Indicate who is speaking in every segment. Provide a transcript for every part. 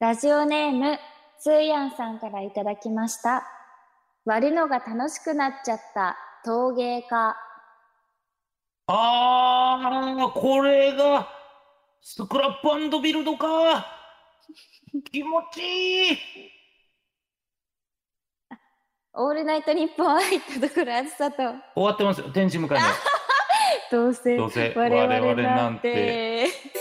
Speaker 1: ラジオネーム、つーやんさんからいただきました。割るのが楽しくなっちゃった陶芸家。
Speaker 2: あー、これが、スクラップビルド か。気持ちいい。
Speaker 1: オールナイトニッポン愛ったところ暑さと、
Speaker 2: 終わってますよ。天使迎 えます。
Speaker 1: どうせ
Speaker 2: どうせ
Speaker 1: 我々
Speaker 2: 我々
Speaker 1: な
Speaker 2: なんん
Speaker 1: て
Speaker 2: て。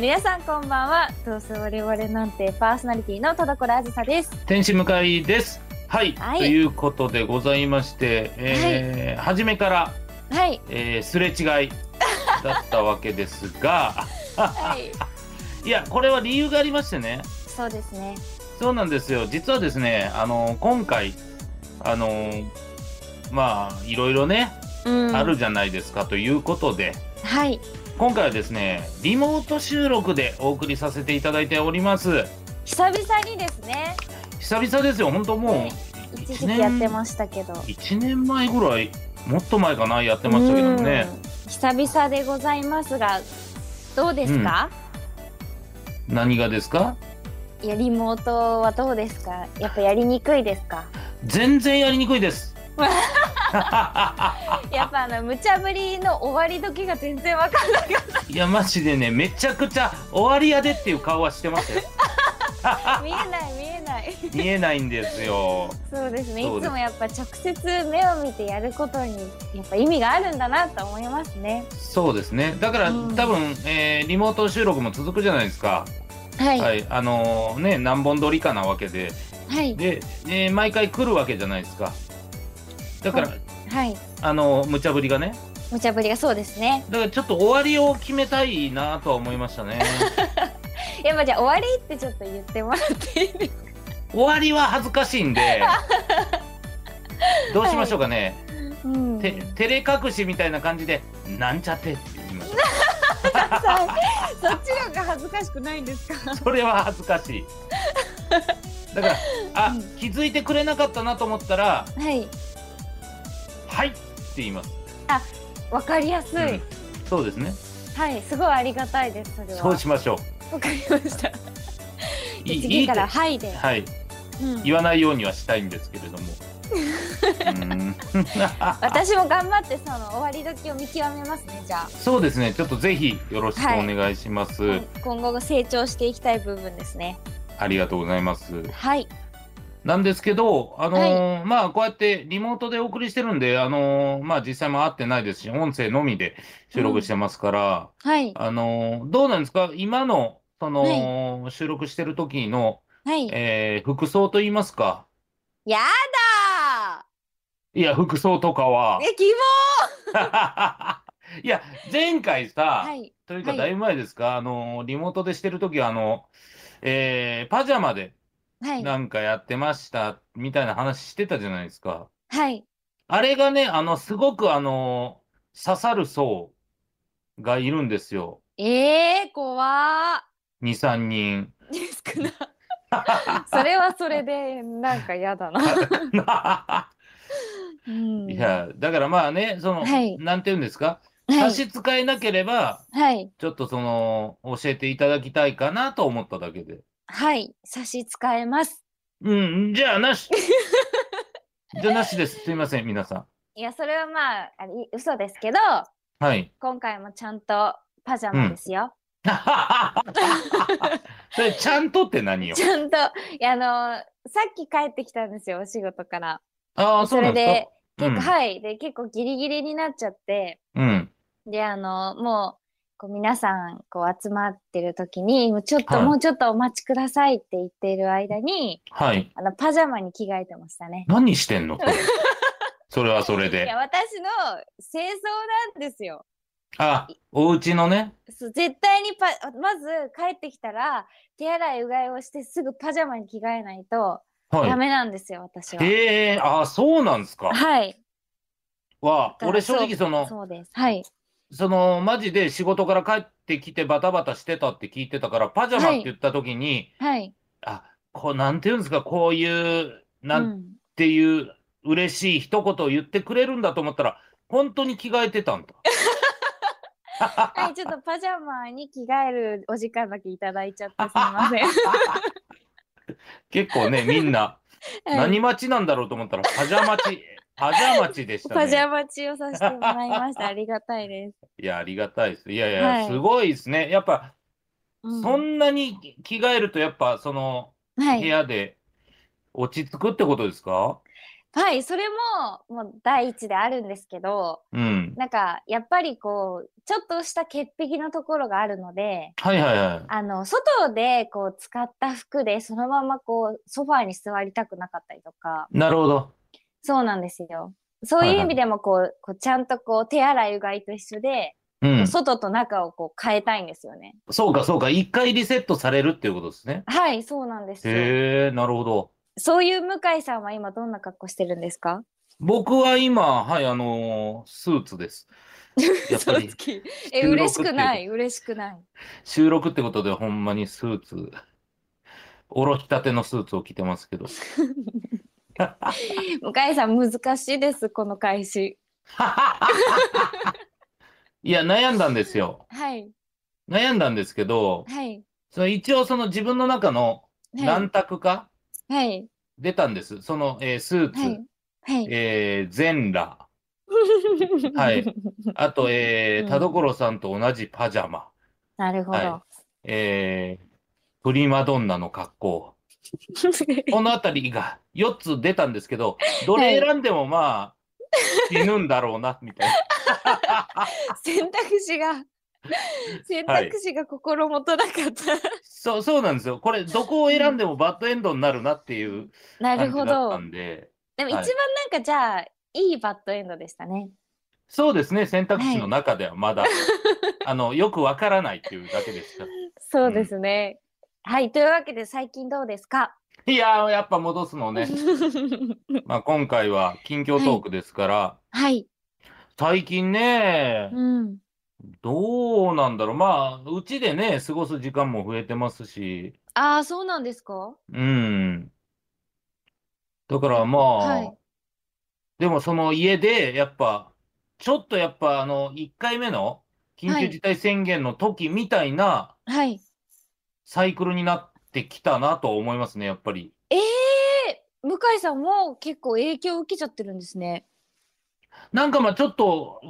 Speaker 1: 皆さんこんばんは。どうせ我々なんてパーソナリティの田所あずさ です。
Speaker 2: 天使迎えです。はい、
Speaker 1: はい
Speaker 2: ということでございまして、えー初めから、
Speaker 1: はい。
Speaker 2: えーすれ違いだったわけです が、
Speaker 1: はい。
Speaker 2: いや、これは理由がありましてね。
Speaker 1: そうですね。
Speaker 2: そうなんですよ。実はですね、あの今回、あのまあ、いろいろね、
Speaker 1: うん。
Speaker 2: あるじゃないですかということで、
Speaker 1: はい。
Speaker 2: 今回はですね、リモート収録でお送りさせていただいております。
Speaker 1: 久々にですね。
Speaker 2: 久々ですよ、本当もう、
Speaker 1: 一時期やってましたけど。やっ
Speaker 2: 1年前ぐらい、もっと前かな、やってましたけどね。。
Speaker 1: 久々でございますが、どうですか？
Speaker 2: 何がですか
Speaker 1: いやリモートはどうですか？やっぱやりにくいです か？
Speaker 2: 全然やりにくい です。
Speaker 1: やっぱあの無茶ぶりの終わり時が全然わかんない。
Speaker 2: いや、マジでね、めちゃくちゃ終わりやでっていう顔はしてましたよ。
Speaker 1: 見えない見えない。
Speaker 2: 見えないんですよ。
Speaker 1: そうですね。い
Speaker 2: そうで
Speaker 1: つ
Speaker 2: す
Speaker 1: もやっぱ直接目を見てやることにやっぱ意味があるんだなと思いますね。
Speaker 2: そうですね。だから、
Speaker 1: うん
Speaker 2: 多分、えーリモート収録も続くじゃないですか。
Speaker 1: はい
Speaker 2: はい、あのーね、何本撮りかなわけで。
Speaker 1: はい
Speaker 2: で、えー毎回来るわけじゃないですか。だから、
Speaker 1: ははい。
Speaker 2: あのー無茶ぶりがね。
Speaker 1: 無茶ぶりがそうですね。
Speaker 2: だからちょっと終わりを決めたいなとは思いました ね。
Speaker 1: やっぱじゃあ終わりってちょっと言ってもらっていいですか？
Speaker 2: 終わりは恥ずかしいん で、どうしましょうかね。
Speaker 1: うん
Speaker 2: て照れ隠しみたいな感じで、なんちゃってって言いましょ
Speaker 1: さそっちの方が恥ずかしくないんですか
Speaker 2: う。それは恥ずかしい。だから、あ
Speaker 1: うん、
Speaker 2: 気づいてくれなかったなと思ったら、
Speaker 1: はい
Speaker 2: はいって言います。
Speaker 1: わかりやすい、
Speaker 2: うんそうですね。
Speaker 1: はいすごいありがたいですそれは
Speaker 2: そうしましょ
Speaker 1: わかりました
Speaker 2: う。いいい
Speaker 1: 次
Speaker 2: い
Speaker 1: か
Speaker 2: と
Speaker 1: らはいで、
Speaker 2: はい、
Speaker 1: うん
Speaker 2: 言わないようにはしたいんですけれども。うーん
Speaker 1: 私も頑張ってその終わり時を見極めますねじゃあ
Speaker 2: そうですね。ちょっとぜひよろしくお願いします。
Speaker 1: 今後成長していきたい部分ですね
Speaker 2: ありがとうございます。
Speaker 1: はい
Speaker 2: なんですけど、あのーまあこうやってリモートでお送りしてるんで、あのーまあ実際も会ってないですし、音声のみで収録してますから、
Speaker 1: はい
Speaker 2: あのーどうなんですか？今のその、収録してる時の、
Speaker 1: はい
Speaker 2: えー服装と言いますか。
Speaker 1: やだ
Speaker 2: いや服装とかは
Speaker 1: ー。え希望
Speaker 2: いや前回さ、
Speaker 1: はい
Speaker 2: というか
Speaker 1: はい
Speaker 2: だいぶ前ですか、あのリモートでしてる時はあの、えーパジャマで
Speaker 1: はい
Speaker 2: なんかやってましたみたいな話してたじゃないですか、
Speaker 1: はい
Speaker 2: あれがねあのすごくあの刺さる層がいるんですよ
Speaker 1: えー、怖
Speaker 2: 23人
Speaker 1: ーですかな それはそれでなんかやだな、うん
Speaker 2: いやだからまあねそ
Speaker 1: は
Speaker 2: の、
Speaker 1: い
Speaker 2: なんて言うんですか、
Speaker 1: は
Speaker 2: 差
Speaker 1: い
Speaker 2: し支えなければ
Speaker 1: はい
Speaker 2: ちょっとその教えていただきたいかなと思っただけで
Speaker 1: はい差し支えます
Speaker 2: うん、じゃあ なし。じゃあなしです。すいません、皆さ
Speaker 1: いやそれはまああれい嘘ですけど
Speaker 2: ん。はい。
Speaker 1: 今回もちゃんとパジャマですよ、
Speaker 2: それ、ちゃんとって何よ。
Speaker 1: ちゃんといやあのーさっき帰ってきたんですよお仕事から、
Speaker 2: ああ、そうなんですか。
Speaker 1: 結構はいで結構ギリギリになっちゃって
Speaker 2: うん。うん。
Speaker 1: であのーもうこう皆さんこう集まってる時にもうちょっと、
Speaker 2: はい
Speaker 1: もうちょっとお待ちくださいって言っている間に
Speaker 2: はい。
Speaker 1: あのパジャマに着替えてましたね
Speaker 2: 何してんのそ れそれはそ
Speaker 1: い
Speaker 2: れ
Speaker 1: や
Speaker 2: で。
Speaker 1: 私の清掃なんですよ
Speaker 2: あ、お家のね。
Speaker 1: そう絶対にパまず帰ってきたら手洗いうがいをしてすぐパジャマに着替えないとダ
Speaker 2: は
Speaker 1: メなんですよ、私
Speaker 2: い。
Speaker 1: は。
Speaker 2: ええああ、そうなんですか。
Speaker 1: はい。
Speaker 2: わあ、
Speaker 1: だ
Speaker 2: 俺正直その、
Speaker 1: そうです。はい。
Speaker 2: その、マジで仕事から帰ってきてバタバタしてたって聞いてたから、パジャマって言った時に、
Speaker 1: はい。
Speaker 2: あ、こう、なんていうんですか、こういう、なん
Speaker 1: うん
Speaker 2: っていう嬉しい一言を言ってくれるんだと思ったら本当に着替えてたんだ。
Speaker 1: はい、ちょっとパジャマに着替えるお時間だけいただいちゃってすみません。
Speaker 2: 結構ね、み んな、何待ちなんだろうと思ったら、パジャマち、パジャマちでしたね。
Speaker 1: パジャマチをさせてもらいました。ありがたい です。
Speaker 2: いや、ありがたいです。いやいや、
Speaker 1: はい
Speaker 2: すごいですね。やっぱ、
Speaker 1: うん
Speaker 2: そんなに着替えると、やっぱ、その、
Speaker 1: は
Speaker 2: 部
Speaker 1: い、
Speaker 2: 屋で落ち着くってことですか
Speaker 1: はい、それももう第一であるんですけど、
Speaker 2: うん。
Speaker 1: なんかやっぱりこうちょっとした潔癖のところがあるので、
Speaker 2: はいはいはい。
Speaker 1: あの外でこう使った服でそのままこうソファーに座りたくなかったりとか、
Speaker 2: なるほど。
Speaker 1: そうなんですよ。そう
Speaker 2: はい
Speaker 1: いう
Speaker 2: はい
Speaker 1: 意味でもこう,、こうちゃんとこう手洗いうがいと一緒で、
Speaker 2: うん。
Speaker 1: 外と中をこう変えたいんですよね。
Speaker 2: そうかそうか。一回リセットされるっていうことですね。
Speaker 1: はい、そうなんですよ。
Speaker 2: へえ、なるほど。
Speaker 1: そういう向井さんは今どんな格好してるんですか？
Speaker 2: 僕は今、はい、あのースー ツです。やっぱ
Speaker 1: 嘘
Speaker 2: り
Speaker 1: つきえ
Speaker 2: 収録
Speaker 1: 嬉しくな
Speaker 2: っ
Speaker 1: い嬉しくない。
Speaker 2: 収録ってことでほんまにスーツ、おろしたてのスーツを着てますけ ど。
Speaker 1: 向井さん難しいですこの開始。
Speaker 2: いや、悩んだんですよ。
Speaker 1: はい
Speaker 2: 悩んだんですけど、
Speaker 1: はい
Speaker 2: その一応その自分の中の
Speaker 1: は
Speaker 2: 何択か
Speaker 1: いはい
Speaker 2: 出たんです。その、えースーツ、
Speaker 1: はいはい。
Speaker 2: えー全裸、はい。あと、えー
Speaker 1: うん
Speaker 2: 田所さんと同じパジャマ、
Speaker 1: なるほど。
Speaker 2: はえープリマドンナの格好。 このあたりが4つ出たんですけど、どれ選んでもまあ、死ぬんだろうな、みたいな。
Speaker 1: 選択肢が選択肢が心もとなかった。
Speaker 2: そう、そうなんですよ。これ、どこを選んでもバッドエンドになるなっていう
Speaker 1: な
Speaker 2: 感
Speaker 1: る
Speaker 2: じ
Speaker 1: ほ
Speaker 2: だった
Speaker 1: ど。
Speaker 2: んで、
Speaker 1: でも一番
Speaker 2: は
Speaker 1: ないんかじゃあ、い、いバッドエンドでしたね。
Speaker 2: そうですね、選択肢の中ではまだ、あの、よくわからないっていうだけでした。
Speaker 1: そうですね。はいというわけで最近どうですか。
Speaker 2: いやー、やっぱ戻す のね。まあ、今回は近況トークですから、
Speaker 1: はい。
Speaker 2: 最近ね、
Speaker 1: うん。
Speaker 2: どうなんだろう。まあ、うちでね、過ごす時間も増えてますし、
Speaker 1: ああそうなんですか。
Speaker 2: うん。だからまあ、
Speaker 1: はい
Speaker 2: でもその家で、やっぱ、ちょっとやっぱあの、1回目の緊急事態宣言の時みたいな
Speaker 1: はい。
Speaker 2: サイクルになってきたなと思いますね、やっぱり。
Speaker 1: ええー、向井さんも結構影響を受けちゃってるんですね。
Speaker 2: なんかまあちょっと、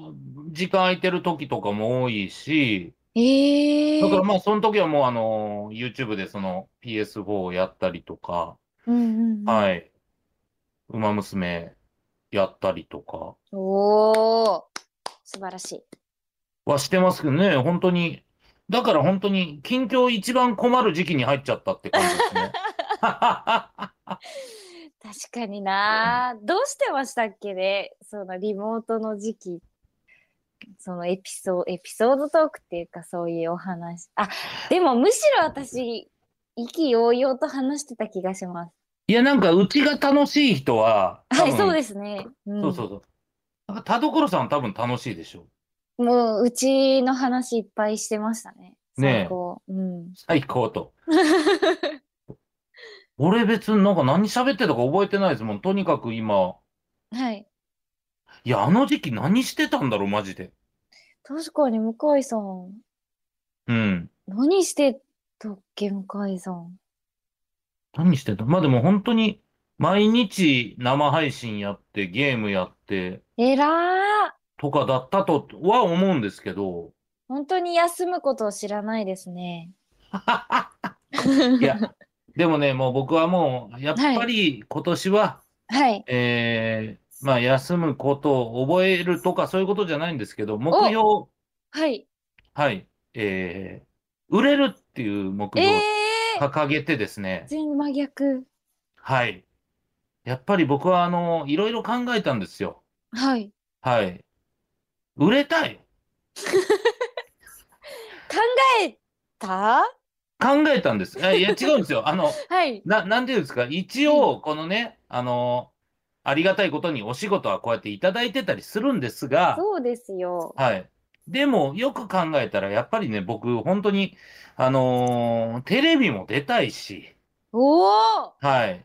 Speaker 2: 時間空いてる時とかも多いし、
Speaker 1: ええ
Speaker 2: だから
Speaker 1: ー。
Speaker 2: まあその時はもうあの、YouTube でその PS4 をやったりとか、
Speaker 1: うんうんうん、
Speaker 2: はい。ウマ娘やったりとか。
Speaker 1: おお素晴らしい。
Speaker 2: はしてますけどね、本当に。だから本当に、近況一番困る時期に入っちゃったって感じです ね。
Speaker 1: 確かにな、どうしてましたっけねそのリモートの時期そのエピソードエピソードトークっていうかそういうお話あでもむしろ私意気揚々と話してた気がします
Speaker 2: いや、なんか、うちが楽しい人は、多
Speaker 1: はい
Speaker 2: 分
Speaker 1: そうですね、うん、
Speaker 2: そうそうそう。なんか田所さん多分楽しいでしょ。
Speaker 1: もううちの話いっぱいしてましたね
Speaker 2: ねえ
Speaker 1: 最高、うん
Speaker 2: 最高と。俺別になんか何喋ってたか覚えてないですもん。とにかく今、
Speaker 1: はい
Speaker 2: いや、あの時期何してたんだろう、マジで。
Speaker 1: 確かに向井さん
Speaker 2: うん。
Speaker 1: 何してたっけ向井さん
Speaker 2: 何してたまあでも本当に、毎日生配信やって、ゲームやって、
Speaker 1: えらー
Speaker 2: とかだったとは思うんですけど、
Speaker 1: 本当に休むことを知らないですね
Speaker 2: いや、でもね、もう僕はもう、やっぱり今年は、
Speaker 1: はい
Speaker 2: えーまあ、休むことを覚えるとかそういうことじゃないんですけど、目標、
Speaker 1: はい
Speaker 2: はい、えー売れるっていう目
Speaker 1: え
Speaker 2: 標を
Speaker 1: えー、
Speaker 2: 掲げてですね、
Speaker 1: 全真逆。
Speaker 2: はい。やっぱり僕は、あの、いろいろ考えたんですよ。
Speaker 1: はい。
Speaker 2: はい。売れたい
Speaker 1: 考えた
Speaker 2: 考えたんです。あい や、違うんですよ。あの、
Speaker 1: はい。
Speaker 2: な、なんていうんですか、一応、このね、あの、ありがたいことにお仕事はこうやっていただいてたりするんですが、
Speaker 1: そうですよ。
Speaker 2: はい。でも、よく考えたら、やっぱりね、僕、本当に、あのーテレビも出たいし、
Speaker 1: おお
Speaker 2: はい。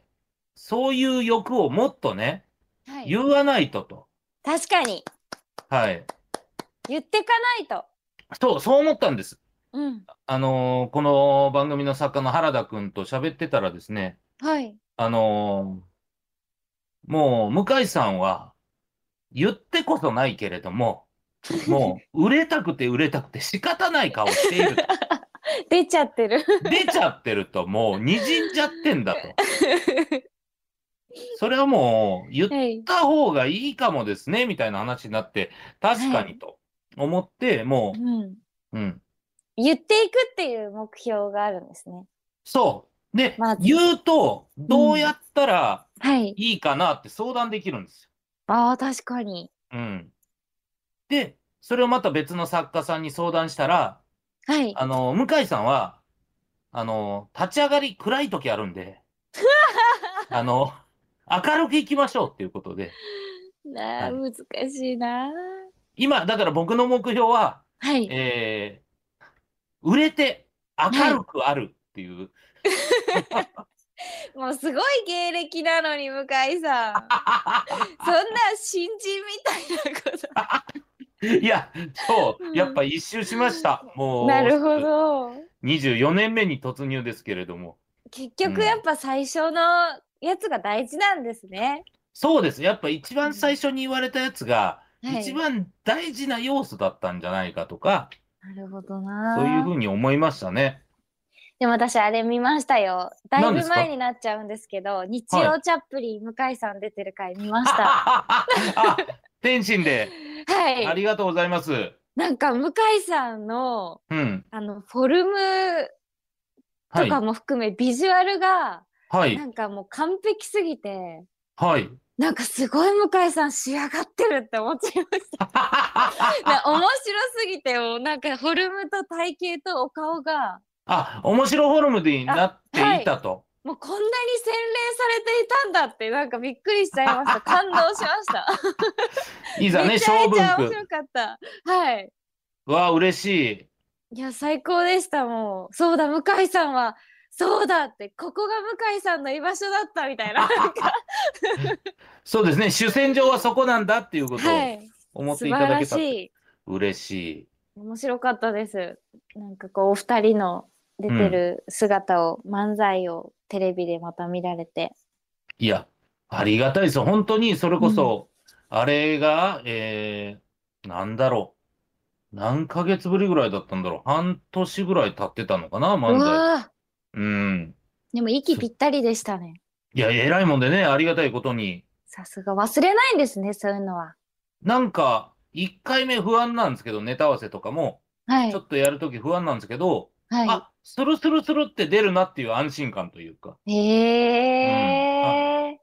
Speaker 2: そういう欲をもっとね、
Speaker 1: はい。
Speaker 2: 言わないとと。
Speaker 1: 確かに。
Speaker 2: はい。
Speaker 1: 言ってかないと。
Speaker 2: そう、そう思ったんです。
Speaker 1: うん。
Speaker 2: あのーこの番組の作家の原田くんと喋ってたらですね、
Speaker 1: はい。
Speaker 2: あのーもう、向井さんは、言ってこそないけれども、もう、売れたくて売れたくて仕方ない顔していると。
Speaker 1: 出ちゃってる。
Speaker 2: 出ちゃってると、もう、滲んじゃってんだと。それはもう、言 っ
Speaker 1: はい。
Speaker 2: た方がいいかもですね、みたいな話になって、確かにと思って、も
Speaker 1: うん。
Speaker 2: う、うん、
Speaker 1: 言っていくっていう目標があるんですね。
Speaker 2: そう。で
Speaker 1: ま、ず
Speaker 2: 言うと、どうやったら
Speaker 1: はい。
Speaker 2: いいかなって相談できるんです
Speaker 1: ああ、確かに。
Speaker 2: よ。うん。で、それをまた別の作家さんに相談したら、
Speaker 1: はい。
Speaker 2: あの、向井さんは、あの、立ち上がり暗い時ある んで、あの、明るく行きましょうっていうことで、
Speaker 1: なあ、
Speaker 2: は
Speaker 1: 難しいな。
Speaker 2: 今、だから僕の目標は、
Speaker 1: はい。
Speaker 2: えー売れて明るくあるっていう、
Speaker 1: もうすごい芸歴なのに、向井さん。そんな新人みたいなこと。
Speaker 2: い、や、そうう、
Speaker 1: ん
Speaker 2: やっぱ一周しました。もう、
Speaker 1: なるほど。
Speaker 2: 24年目に突入ですけれども。
Speaker 1: 結
Speaker 2: う
Speaker 1: 局
Speaker 2: ん
Speaker 1: やっぱ最初のやつが大事なんですね。
Speaker 2: そうです。やっぱ一番最初に言われたやつが、
Speaker 1: はい
Speaker 2: 一番大事な要素だったんじゃないかとか、
Speaker 1: なるほどな。
Speaker 2: そういうふうに思いましたね。
Speaker 1: でも私あれ見ましたよ。だい
Speaker 2: 何で
Speaker 1: ぶ
Speaker 2: すか
Speaker 1: 前になっちゃうんですけど、日曜チャップリン、向井さん出てる回見ました。
Speaker 2: あ天心で、
Speaker 1: はい。
Speaker 2: ありがとうございます。
Speaker 1: なんか向井さんの
Speaker 2: うん。
Speaker 1: あのフォルム
Speaker 2: は
Speaker 1: と
Speaker 2: い。
Speaker 1: かも含め、ビジュアルが
Speaker 2: はい
Speaker 1: な。んかもう完璧すぎて、
Speaker 2: はい。
Speaker 1: なんかすごい向井さん仕上がってるって思っちゃいました。な面白すぎてもうなんかフォルムと体型とお顔が
Speaker 2: あ、面白フォルムになっていたと。
Speaker 1: もうこんなに洗練されていたんだってなんかびっくりしちゃいま した。感動しました。
Speaker 2: いざ
Speaker 1: め
Speaker 2: ね、
Speaker 1: ちゃ
Speaker 2: 小
Speaker 1: めちゃ
Speaker 2: 文
Speaker 1: 面白かった。はい。
Speaker 2: 句。わあ、嬉しい。
Speaker 1: いや最高でしたもう。そうだ向井さんはそうだってここが向井さんの居場所だったみた いな。
Speaker 2: そうですね、主戦場はそこなんだっていうこと
Speaker 1: は
Speaker 2: を
Speaker 1: い。
Speaker 2: 思っ
Speaker 1: 素
Speaker 2: てい
Speaker 1: 晴
Speaker 2: ただ
Speaker 1: ら
Speaker 2: け
Speaker 1: した
Speaker 2: って、
Speaker 1: い。
Speaker 2: 嬉しい。
Speaker 1: 面白かったです。なんかこうお二人の出てる姿を、漫才をテレビでまた見られて。
Speaker 2: いや、ありがたいですよ。本当にそれこそ、あれが、えー、なんだろう。何ヶ月ぶりぐらいだったんだろう。半年ぐらい経ってたのかな、
Speaker 1: う
Speaker 2: 漫才。
Speaker 1: わあ
Speaker 2: うん。
Speaker 1: でも息ぴったりでしたね。
Speaker 2: いや、偉いもんでね、ありがたいことに。
Speaker 1: さすが忘れないんですねそういうのは。
Speaker 2: なんか、1回目不安なんですけど、ネタ合わせとかも、
Speaker 1: はい
Speaker 2: ちょ。っとやるとき不安なんですけど、
Speaker 1: は
Speaker 2: あ、スルスルスルって出るなっていう安心感というか。
Speaker 1: い。へえ、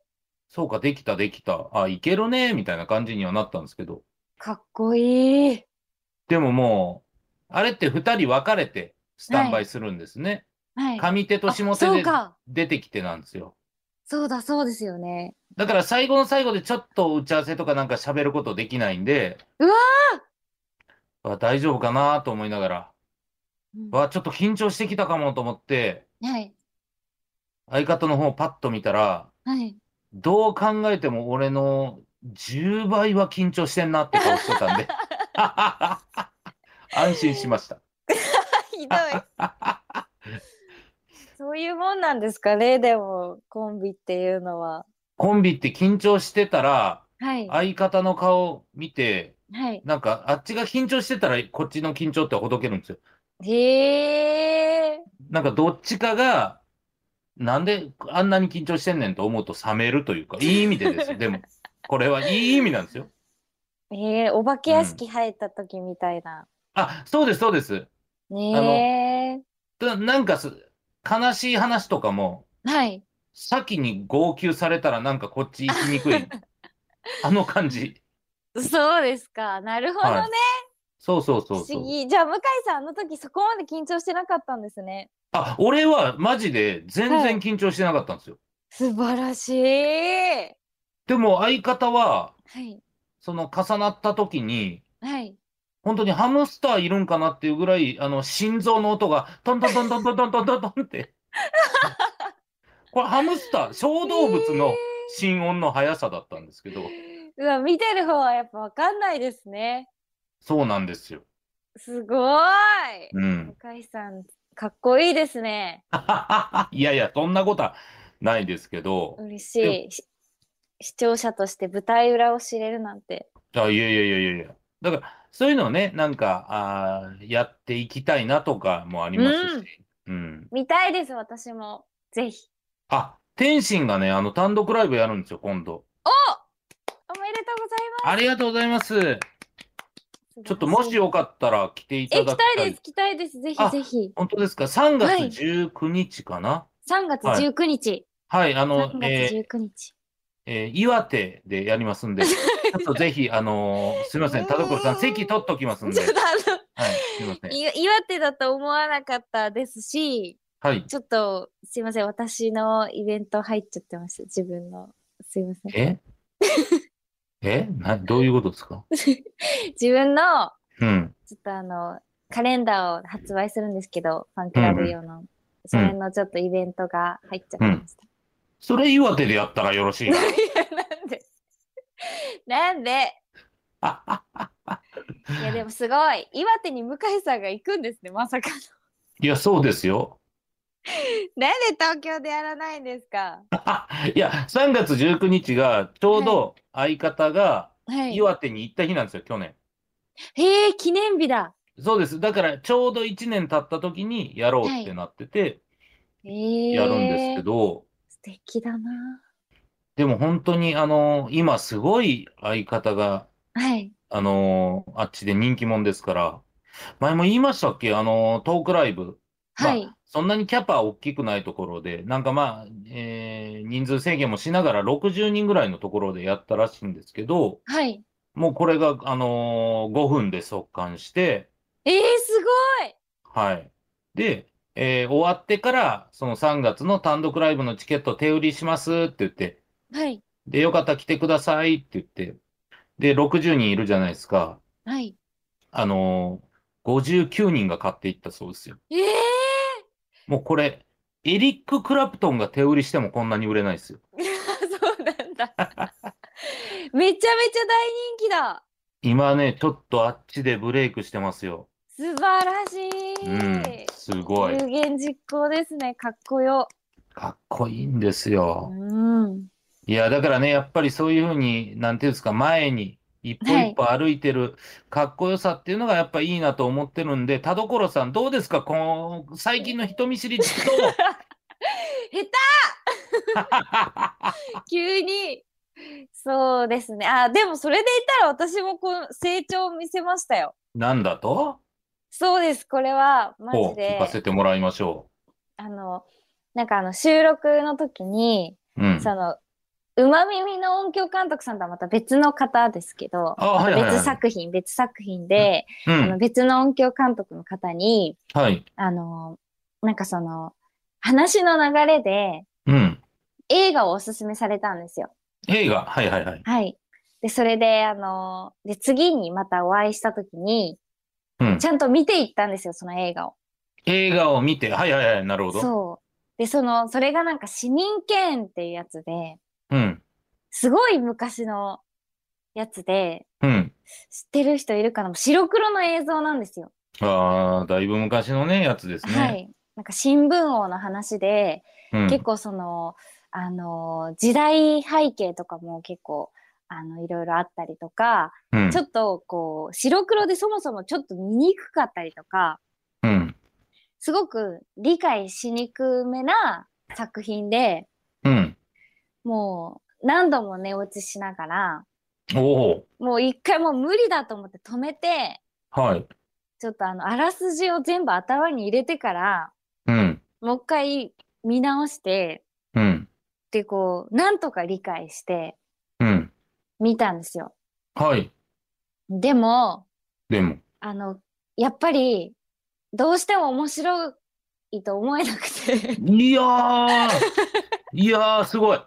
Speaker 2: そうか、できた、できた。あ、いけるね、みたいな感じにはなったんですけど。
Speaker 1: かっこいい。
Speaker 2: でももう、あれって2人分かれてスタンバイするんですね。
Speaker 1: はい。
Speaker 2: 上手と下
Speaker 1: あ
Speaker 2: 手
Speaker 1: そう
Speaker 2: で
Speaker 1: か。
Speaker 2: 出てきてなんですよ。
Speaker 1: そうだそうですよね。
Speaker 2: だから最後の最後でちょっと打ち合わせとかなんか喋ることできないんで、
Speaker 1: うわ
Speaker 2: わ大丈夫かなと思いながら、
Speaker 1: うん
Speaker 2: わちょっと緊張してきたかもと思って、
Speaker 1: はい。
Speaker 2: 相方の方パッと見たら、
Speaker 1: はい。
Speaker 2: どう考えても俺の10倍は緊張してんなって顔してたんで、安心しました。
Speaker 1: ひ どい。そういうもんなんですかねでもコンビっていうのは。
Speaker 2: コンビって緊張してたら、
Speaker 1: はい。は
Speaker 2: 相方の顔見て、
Speaker 1: い。
Speaker 2: なんかあっちが緊張してたら、こっちの緊張ってほどけるんですよ。
Speaker 1: へえ。
Speaker 2: なんかどっちかが、なんであんなに緊張してんねんと思うと冷めるというか、いい意味でですよ。でも、これはいい意味なんですよ。
Speaker 1: ええお化け屋敷入った時みたいな。
Speaker 2: あ、そうです、そうです。
Speaker 1: ね
Speaker 2: だなんかす、悲しい話とかも、
Speaker 1: え。はい。
Speaker 2: 先に号泣されたらなんかこっち行き にくい。あの感じ。
Speaker 1: そうですか。なるほどね。
Speaker 2: はいそうそうそう
Speaker 1: 不
Speaker 2: そ
Speaker 1: 思
Speaker 2: う。
Speaker 1: 議。じゃあ向井さんあの時そこまで緊張してなかったんですね。
Speaker 2: あ、俺はマジで全然緊張してなかったんですよ。
Speaker 1: 素晴らしい。は
Speaker 2: でも相方は、
Speaker 1: い。
Speaker 2: その重なった時に、
Speaker 1: はい。
Speaker 2: 本当にハムスターいるんかなっていうぐらい、あの、心臓の音が、トントントントントントントントント ンって。これハムスター、小動物の
Speaker 1: え
Speaker 2: 心音の速さだったんですけど、
Speaker 1: ーうわ、見てる方はやっぱわかんないですね。
Speaker 2: そうなんですよ。
Speaker 1: すごーい。
Speaker 2: うん。
Speaker 1: 向井さん、かっこいいですね。
Speaker 2: いやいや、そんなことはないですけど。
Speaker 1: 嬉しい。し視聴者として舞台裏を知れるなんて。
Speaker 2: あ、いやいやいやいやいや。だから、そういうのをね、なんか、あーやっていきたいなとかもありますし。うん。
Speaker 1: 見たいです、私も。ぜひ。
Speaker 2: あ、天心がね、あの、単独ライブやるんですよ、今度。
Speaker 1: おめでとうござい
Speaker 2: ありがとうございます。
Speaker 1: ます。
Speaker 2: ちょっともし
Speaker 1: よ。
Speaker 2: よかったら来ていた
Speaker 1: え、
Speaker 2: だ
Speaker 1: 来
Speaker 2: き
Speaker 1: た
Speaker 2: た
Speaker 1: い
Speaker 2: い
Speaker 1: です、。来たいです。ぜ
Speaker 2: あ
Speaker 1: ひぜひ。
Speaker 2: 本当ですか ?3 月
Speaker 1: はい
Speaker 2: 19日かな
Speaker 1: 3月
Speaker 2: はい
Speaker 1: 19日。
Speaker 2: はい、あの、
Speaker 1: 3
Speaker 2: えー
Speaker 1: 月19日。
Speaker 2: えー岩手でやりま すんで、ちょっとぜひ、あのーすみません、田所さん、席取っときます ん
Speaker 1: ち
Speaker 2: で
Speaker 1: ょっ、とあの、
Speaker 2: はい、すみません。
Speaker 1: い岩手だと思わなかったですし、
Speaker 2: はい。
Speaker 1: ちょっとすいません、私のイベント入っちゃってました、自分の。すいませ ん。
Speaker 2: ええなどういうことですか
Speaker 1: 自分の、
Speaker 2: うん。
Speaker 1: ちょっとあの、カレンダーを発売するんですけど、ファンクラブ用の。それのちょっとイベントが入っちゃってました。
Speaker 2: それ岩手でやったらよろしいな。
Speaker 1: いや なんでなんで
Speaker 2: あ あ
Speaker 1: いやでもすごい岩手に向井さんが行くんですねまさかの
Speaker 2: いや、そうですよ。
Speaker 1: なんで東京でやらないんですか
Speaker 2: いや、3月19日が、ちょうど相方が
Speaker 1: はい
Speaker 2: 岩手に行った日なんですよ、去年。
Speaker 1: へえ記念日だ
Speaker 2: そうです。だから、ちょうど1年経った時にやろうってなってて、
Speaker 1: へえ
Speaker 2: やるんですけど、
Speaker 1: 素敵だな
Speaker 2: でも本当にあの今すごい相方が
Speaker 1: はい
Speaker 2: あのあっちで人気者ですから前も言いましたっけあのトークライブ
Speaker 1: はい、
Speaker 2: そんなにキャパ大きくないところでなんかまあ、えー人数制限もしながら60人ぐらいのところでやったらしいんですけど
Speaker 1: はい
Speaker 2: もうこれがあの5分で速乾して
Speaker 1: えー、す
Speaker 2: はいで、えー終わってからその3月の単独ライブのチケット手売りしますって言って
Speaker 1: ごいはい
Speaker 2: で、よかったら来てくださいって言って、で、60人いるじゃないですか。
Speaker 1: はい
Speaker 2: あのー、59人が買っていったそうですよ。
Speaker 1: えー、
Speaker 2: もうこれ、エリック・クラプトンが手売りしてもこんなに売れないですよ。
Speaker 1: そうなんだ めちゃめちゃ大人気だ
Speaker 2: 今ね、ちょっとあっちでブレイクしてますよ。
Speaker 1: 素晴らし
Speaker 2: う
Speaker 1: い、
Speaker 2: ん、すごい。
Speaker 1: 有言実行ですねかっこよ
Speaker 2: かっこいいんです
Speaker 1: う
Speaker 2: よ。
Speaker 1: ん
Speaker 2: いや、だからね、やっぱりそういうふうに、なんていうんですか、前に一歩一歩歩いてる、かっこよさっていうのがやっぱいいなと思ってるんで、田所さん、どうですか、この最近の人見知り、どう
Speaker 1: 急に。そうですね。あ、でもそれで言ったら私もこう成長を見せましたよ。
Speaker 2: なんだと
Speaker 1: そうです。これはマ
Speaker 2: を
Speaker 1: ジ
Speaker 2: 聞かせ
Speaker 1: で。
Speaker 2: てもらいましょ
Speaker 1: あの、なんかあの収録の時に、
Speaker 2: う。うん。
Speaker 1: その、馬耳の音響監督さんとはまた別の方ですけど、
Speaker 2: あはいはいはい
Speaker 1: 別作品、別作品で、
Speaker 2: う
Speaker 1: あの
Speaker 2: ん。
Speaker 1: 別の音響監督の方に、
Speaker 2: はい。
Speaker 1: あの、なんかその、話の流れで
Speaker 2: うん。
Speaker 1: 映画をおすすめされたんですよ。
Speaker 2: 映画。はいはいはい。
Speaker 1: はい。で、それで、あので、次にまたお会いしたときに、
Speaker 2: うん
Speaker 1: ち。ゃんと見ていったんですよ、その映画を。
Speaker 2: 映画を見て。はいはいはい。なるほど。
Speaker 1: そう。で、その、それがなんか市民権っていうやつで、
Speaker 2: うん。
Speaker 1: すごい昔のやつで、
Speaker 2: うん。
Speaker 1: 知ってる人いるかな白黒の映像なんですよ。
Speaker 2: ああ、だいぶ昔のね、やつですね。
Speaker 1: は。い。なんか新聞王の話で、
Speaker 2: うん。
Speaker 1: 結構その、あの時代背景とかも結構、あの、いろいろあったりとか、
Speaker 2: うん
Speaker 1: ちょっとこう白黒でそもそもちょっと見にくかったりとか
Speaker 2: うん。
Speaker 1: すごく理解しにくめな作品で
Speaker 2: うん。
Speaker 1: もう何度も寝落ちしながら
Speaker 2: おお。
Speaker 1: もう一回もう無理だと思って止めて
Speaker 2: はい。
Speaker 1: ちょっとあのあらすじを全部頭に入れてから
Speaker 2: うん。
Speaker 1: もう一回見直して
Speaker 2: うん。
Speaker 1: でこうなんとか理解して
Speaker 2: うん。
Speaker 1: 見たんですよ。
Speaker 2: はい。
Speaker 1: でも
Speaker 2: でも。
Speaker 1: あのやっぱりどうしても面白いと思えなくて。
Speaker 2: いやー。 いやー、すごい。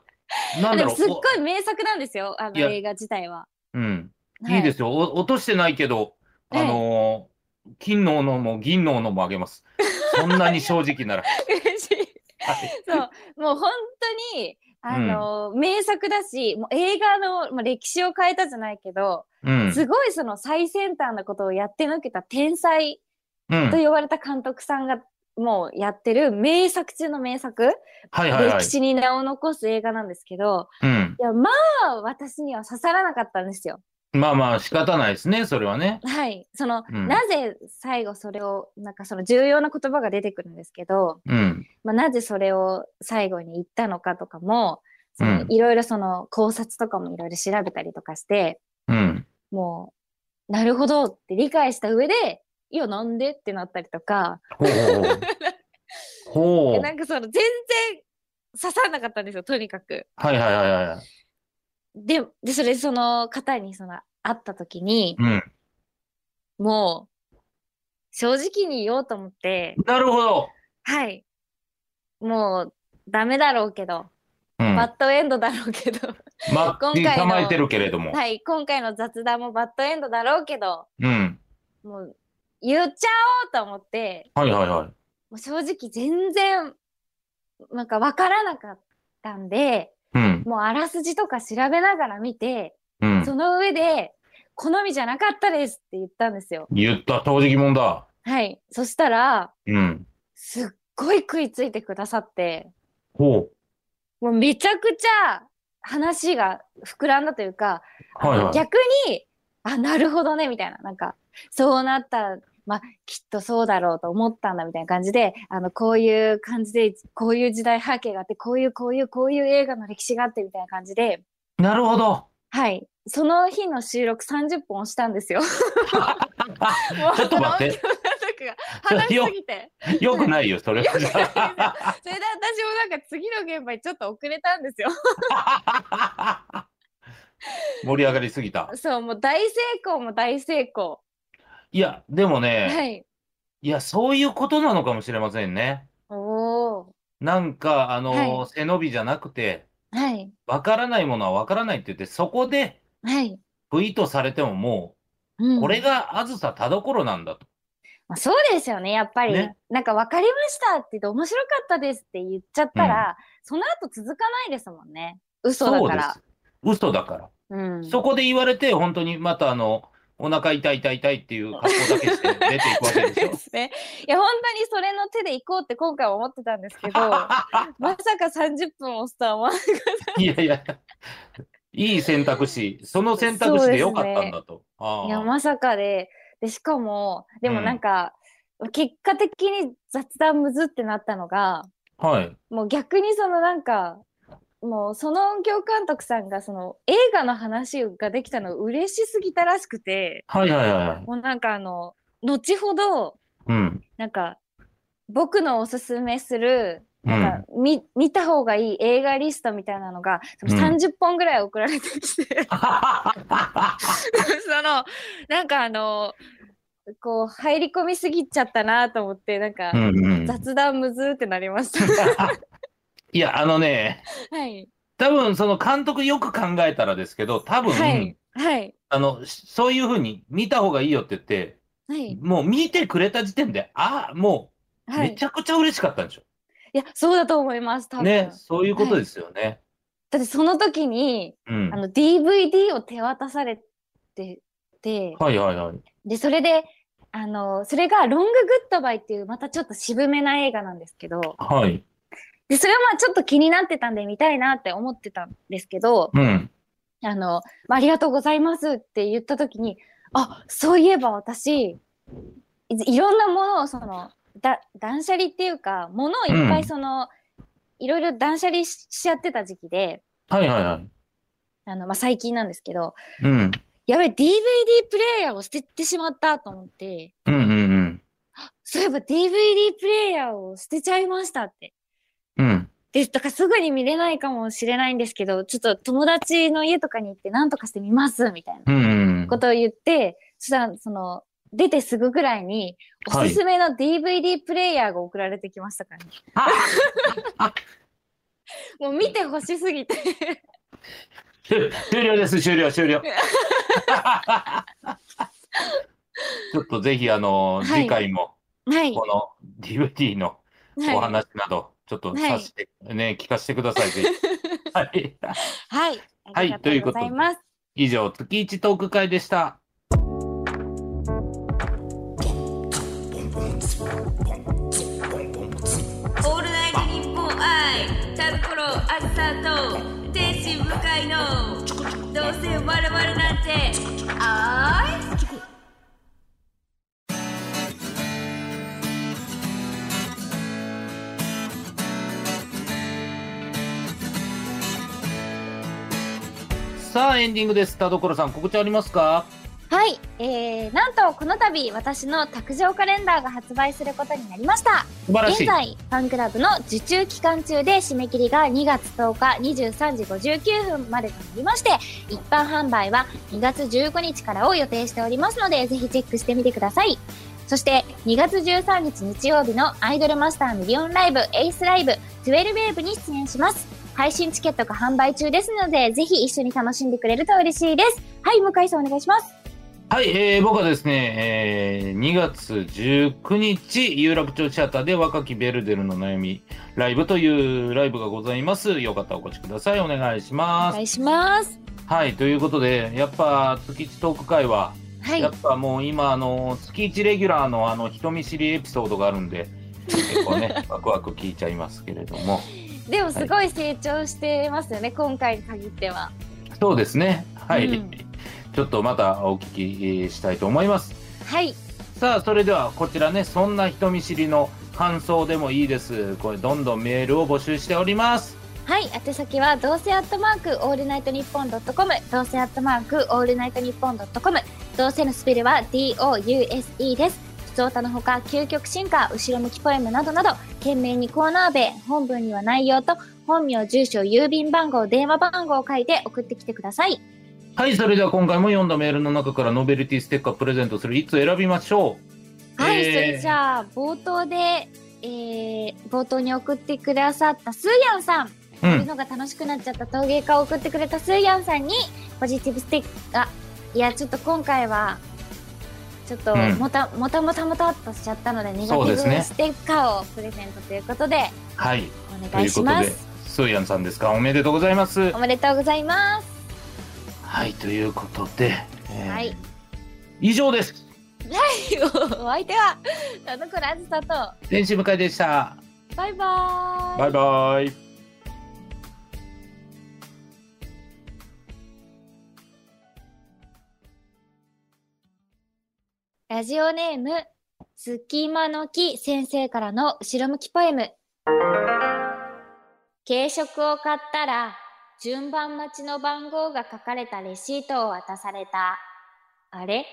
Speaker 2: なん
Speaker 1: でも
Speaker 2: だろう。
Speaker 1: すっごい名作なんですよ、あの
Speaker 2: いや
Speaker 1: 映画自体は。
Speaker 2: おうん。
Speaker 1: はい
Speaker 2: いですよ。お落としてないけど、
Speaker 1: ええ
Speaker 2: あのー金の斧も銀の斧もあ げます。そんなに正直なら。
Speaker 1: 嬉しい。
Speaker 2: はい
Speaker 1: そう、もう本当に、あの、名作だし、もう映画の、まあ、歴史を変えたじゃないけど、
Speaker 2: うん。
Speaker 1: すごいその最先端なことをやってのけた天才
Speaker 2: うん
Speaker 1: と。呼ばれた監督さんが、もうやってる名作中の名作、
Speaker 2: はいはいはい
Speaker 1: 歴。史に名を残す映画なんですけど、
Speaker 2: うん。
Speaker 1: いや、まあ、私には刺さらなかったんですよ。
Speaker 2: まあまあ仕方ないですね、それはね。
Speaker 1: はい。その、
Speaker 2: うん
Speaker 1: なぜ最後それを、なんかその重要な言葉が出てくるんですけど、
Speaker 2: うん。
Speaker 1: まあ、なぜそれを最後に言ったのかとかも、その
Speaker 2: うん
Speaker 1: いろいろその考察とかもいろいろ調べたりとかして、
Speaker 2: うん。
Speaker 1: もう、なるほどって理解した上で、いや、なんでってなったりとか、
Speaker 2: ほう ほうほう。ほう。
Speaker 1: なんかその全然刺さんなかったんですよ、とにかく。
Speaker 2: はいはいはいはい。
Speaker 1: で、でそれその方にその会った時に、
Speaker 2: うん。
Speaker 1: もう、正直に言おうと思って、
Speaker 2: なるほど。
Speaker 1: はい。もう、ダメだろうけど、
Speaker 2: うん。
Speaker 1: バッドエンドだろうけど、
Speaker 2: まっに
Speaker 1: 今回の
Speaker 2: 構えてるけれども。
Speaker 1: はい、今回の雑談もバッドエンドだろうけど、
Speaker 2: うん。
Speaker 1: もう、言っちゃおうと思って、
Speaker 2: はいはいはい。
Speaker 1: もう正直全然、なんかわからなかったんで、
Speaker 2: うん。
Speaker 1: もうあらすじとか調べながら見て、
Speaker 2: うん。
Speaker 1: その上で、好みじゃなかったですって言ったんですよ。
Speaker 2: 言った正直者だ。
Speaker 1: はい。そしたら、
Speaker 2: うん。
Speaker 1: すっごい食いついてくださって、
Speaker 2: ほ
Speaker 1: もうめちゃくちゃ話が膨らんだというか、
Speaker 2: う。はいはい。
Speaker 1: 逆に、あ、なるほどね、みたいな。なんか、そうなったら、まあ、きっとそうだろうと思ったんだ、みたいな感じで、あの、こういう感じで、こういう時代背景があって、こういう、こういう、こういう映画の歴史があって、みたいな感じで、
Speaker 2: なる ほど。
Speaker 1: はい。その日の収録30本押したんですよ。もう
Speaker 2: ちょっと待って
Speaker 1: その音楽が話しすぎて。
Speaker 2: よくないよ、それは。
Speaker 1: それで私もなんか次の現場にちょっと遅れたんですよ。
Speaker 2: 盛り上がりすぎた。
Speaker 1: そう、もう大成功も大成功。
Speaker 2: いや、でもね、、
Speaker 1: はいい。
Speaker 2: や、そういうことなのかもしれませんね。
Speaker 1: おお。
Speaker 2: なんか、あの、
Speaker 1: は
Speaker 2: 背伸びじゃなくて、
Speaker 1: はい。
Speaker 2: わからないものはわからないって言って、そこで、
Speaker 1: はい。
Speaker 2: 不意とされてもも
Speaker 1: う
Speaker 2: う、
Speaker 1: ん
Speaker 2: これがあずさ田所なんだと。
Speaker 1: まあ、そうですよね、やっぱり。
Speaker 2: ね
Speaker 1: なんか、分かりましたって言って、面白かったですって言っちゃったら、その後続かないですもんね。嘘だか
Speaker 2: で
Speaker 1: ら
Speaker 2: す。。嘘だから。
Speaker 1: うん。
Speaker 2: そこで言われて、本当にまたあの、お腹痛い痛い痛いっていう格好だけして出ていくわけでし
Speaker 1: そ
Speaker 2: ょ
Speaker 1: うで。す ね。いや、本当にそれの手で行こうって今回は思ってたんです けど、まさか30分押すとは思わない
Speaker 2: やいや、いい選択肢、その選択肢でよかったんだと。あ
Speaker 1: い。いや、
Speaker 2: あ
Speaker 1: まさかで、で、しかも、でも
Speaker 2: うん
Speaker 1: なんか、結果的に雑談むずってなったのが、
Speaker 2: はい。
Speaker 1: もう逆にそのなんか、もうその音響監督さんがその映画の話ができたの嬉しすぎたらしくて、
Speaker 2: はいはいはいはい。
Speaker 1: もうなんかあの、後ほど、
Speaker 2: うん。
Speaker 1: なんか、僕のおすすめする、
Speaker 2: う
Speaker 1: なん
Speaker 2: ん。
Speaker 1: か、み見た方がいい映画リストみたいなのが、その
Speaker 2: うん
Speaker 1: 30本ぐらい送られてきて、 その、なんかあの、こう、入り込みすぎちゃったなと思って、なんか、
Speaker 2: うんうん、
Speaker 1: 雑談むずーってなりました。
Speaker 2: いや、あのね、
Speaker 1: はい。
Speaker 2: 多分その監督よく考えたらですけど、多分、
Speaker 1: はい。はい。
Speaker 2: あの、しそういうふうに見た方がいいよって言って、
Speaker 1: はい。
Speaker 2: もう見てくれた時点で、ああ、もう
Speaker 1: はい
Speaker 2: めち。ゃくちゃ嬉しかったんでしょ。
Speaker 1: いや、そうだと思います、多分。
Speaker 2: ね、そういうことですよね。
Speaker 1: だってその時に、
Speaker 2: うん
Speaker 1: あ。の、DVD を手渡されてて、
Speaker 2: はいはいはい。
Speaker 1: で、それで、あの、それがロンググッドバイっていう、またちょっと渋めな映画なんですけど、
Speaker 2: はい。
Speaker 1: で、それはまあちょっと気になってたんで見たいなって思ってたんですけど、
Speaker 2: うん。
Speaker 1: あの、まあ、ありがとうございますって言った時に、あ、そういえば私、いいろんなものをその、だ、断捨離っていうか、ものをいっぱ
Speaker 2: うん
Speaker 1: いその、いろいろ断捨離ししちゃってた時期で、
Speaker 2: はいはいはい。
Speaker 1: あの、まあ、最近なんですけど、
Speaker 2: うん。
Speaker 1: やべ、DVD プレイヤーを捨ててしまったと思って、
Speaker 2: うんうん
Speaker 1: そういえば DVD プレイヤーを捨てちゃいましたって。
Speaker 2: うん。うん。
Speaker 1: で、だからすぐに見れないかもしれないんですけど、ちょっと友達の家とかに行って何とかしてみます、みたいな
Speaker 2: うんうん
Speaker 1: ことを言って、そしたら、その、出てすぐぐらいに、お
Speaker 2: はい
Speaker 1: すすめの DVD プレイヤーが送られてきましたからね。
Speaker 2: あ
Speaker 1: もう見てほしすぎて。
Speaker 2: 終了です、終 了、終了。ちょっとぜひ、あの、
Speaker 1: はい
Speaker 2: 次回も、
Speaker 1: はい。
Speaker 2: この DVD のお
Speaker 1: はい。
Speaker 2: 話など、ちょっとさして、ね、聞かせてください、ぜひ。はい。
Speaker 1: はい。ありがとうございます。
Speaker 2: 以上、月一トーク会でした。
Speaker 3: オールナイトニッポン愛タルコロアルサーと天使向かいのどうせ我々なんてあい
Speaker 2: さあ、エンディングです。田所さん、告知ありますか
Speaker 1: はい。えー、なんとこの度私の卓上カレンダーが発売することになりました。
Speaker 2: 素晴ら
Speaker 1: 現
Speaker 2: しい。
Speaker 1: 在ファンクラブの受注期間中で締め切りが2月10日23時59分までとなりまして一般販売は2月15日からを予定しておりますのでぜひチェックしてみてくださいそして2月13日日曜日のアイドルマスターミリオンライブエイスライブ12ウェーブに出演します配信チケットが販売中ですのでぜひ一緒に楽しんでくれると嬉しいですはい向井さんお願いします
Speaker 2: はい、えー僕はですね、えー2月19日、有楽町シアターで若きベルデルの悩みライブというライブがございます。よかったらお越しください。お願いします。
Speaker 1: いします
Speaker 2: はい、ということで、やっぱ月一トーク会は、
Speaker 1: はい
Speaker 2: やっぱもう今、あの、月一レギュラーのあの、人見知りエピソードがあるんで、結構 ね、ワクワク聞いちゃいますけれども。
Speaker 1: でもすごい成長してますよね、今回に限っては
Speaker 2: そうですね。はい。
Speaker 1: うん
Speaker 2: ちょっとまたお聞きえーしたいと思います。
Speaker 1: はい
Speaker 2: さあ、それではこちらね、そんな人見知りの感想でもいいです。これ、どんどんメールを募集しております。
Speaker 1: はい、宛先はどうせアットマークオールナイトニッポンドットコム、どうせアットマークオールナイトニッポンドットコム、どうせのスペルは D O U S E です。普通歌のほか究極進化、後ろ向きポエムなどなど、懸命にコーナー名、本文には内容と本名、住所、郵便番号、電話番号を書いて送ってきてください。
Speaker 2: はい、それでは今回も読んだメールの中からノベルティステッカープレゼントするいつ選びましょう。
Speaker 1: はい、
Speaker 2: えー
Speaker 1: それじゃあ冒頭で、えー、冒頭に送ってくださったスーヤンさん。
Speaker 2: う
Speaker 1: やる
Speaker 2: ん。
Speaker 1: のが楽しくなっちゃった陶芸家を送ってくれたスーヤンさんにポジティブステッカーいやちょっと今回はちょっと
Speaker 2: うん
Speaker 1: もた、もたもたもたっとしちゃったのでネガテ
Speaker 2: そう
Speaker 1: ィブ
Speaker 2: ですね
Speaker 1: ステッカーをプレゼントということで
Speaker 2: はい。
Speaker 1: お
Speaker 2: と
Speaker 1: 願
Speaker 2: い
Speaker 1: いうし
Speaker 2: こ
Speaker 1: ま
Speaker 2: と
Speaker 1: す
Speaker 2: で、スーヤンさんですか、おめでとうございます
Speaker 1: お。めでとうございます
Speaker 2: はい、ということで、えー
Speaker 1: はい
Speaker 2: 以上です。
Speaker 1: お相手は田所あずさと
Speaker 2: 電子向かいでした。
Speaker 1: バイバーイ
Speaker 2: バイバイ。
Speaker 1: ラジオネーム隙間の木先生からの後ろ向きポエム軽食を買ったら順番待ちの番号が書かれたレシートを渡されたあれ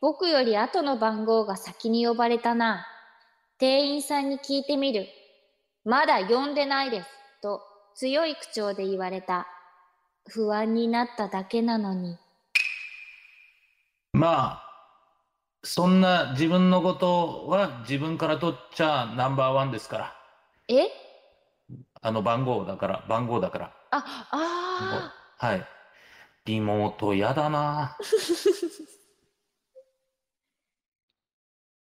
Speaker 1: 僕より後の番号が先に呼ばれたな店員さんに聞いてみるまだ呼んでないですと強い口調で言われた不安になっただけなのに
Speaker 2: まあ、そんな自分のことは自分から取っちゃナンバーワンですから。
Speaker 1: え
Speaker 2: あの番号だから、番号だから。
Speaker 1: ああー
Speaker 2: はい。リモートやだな。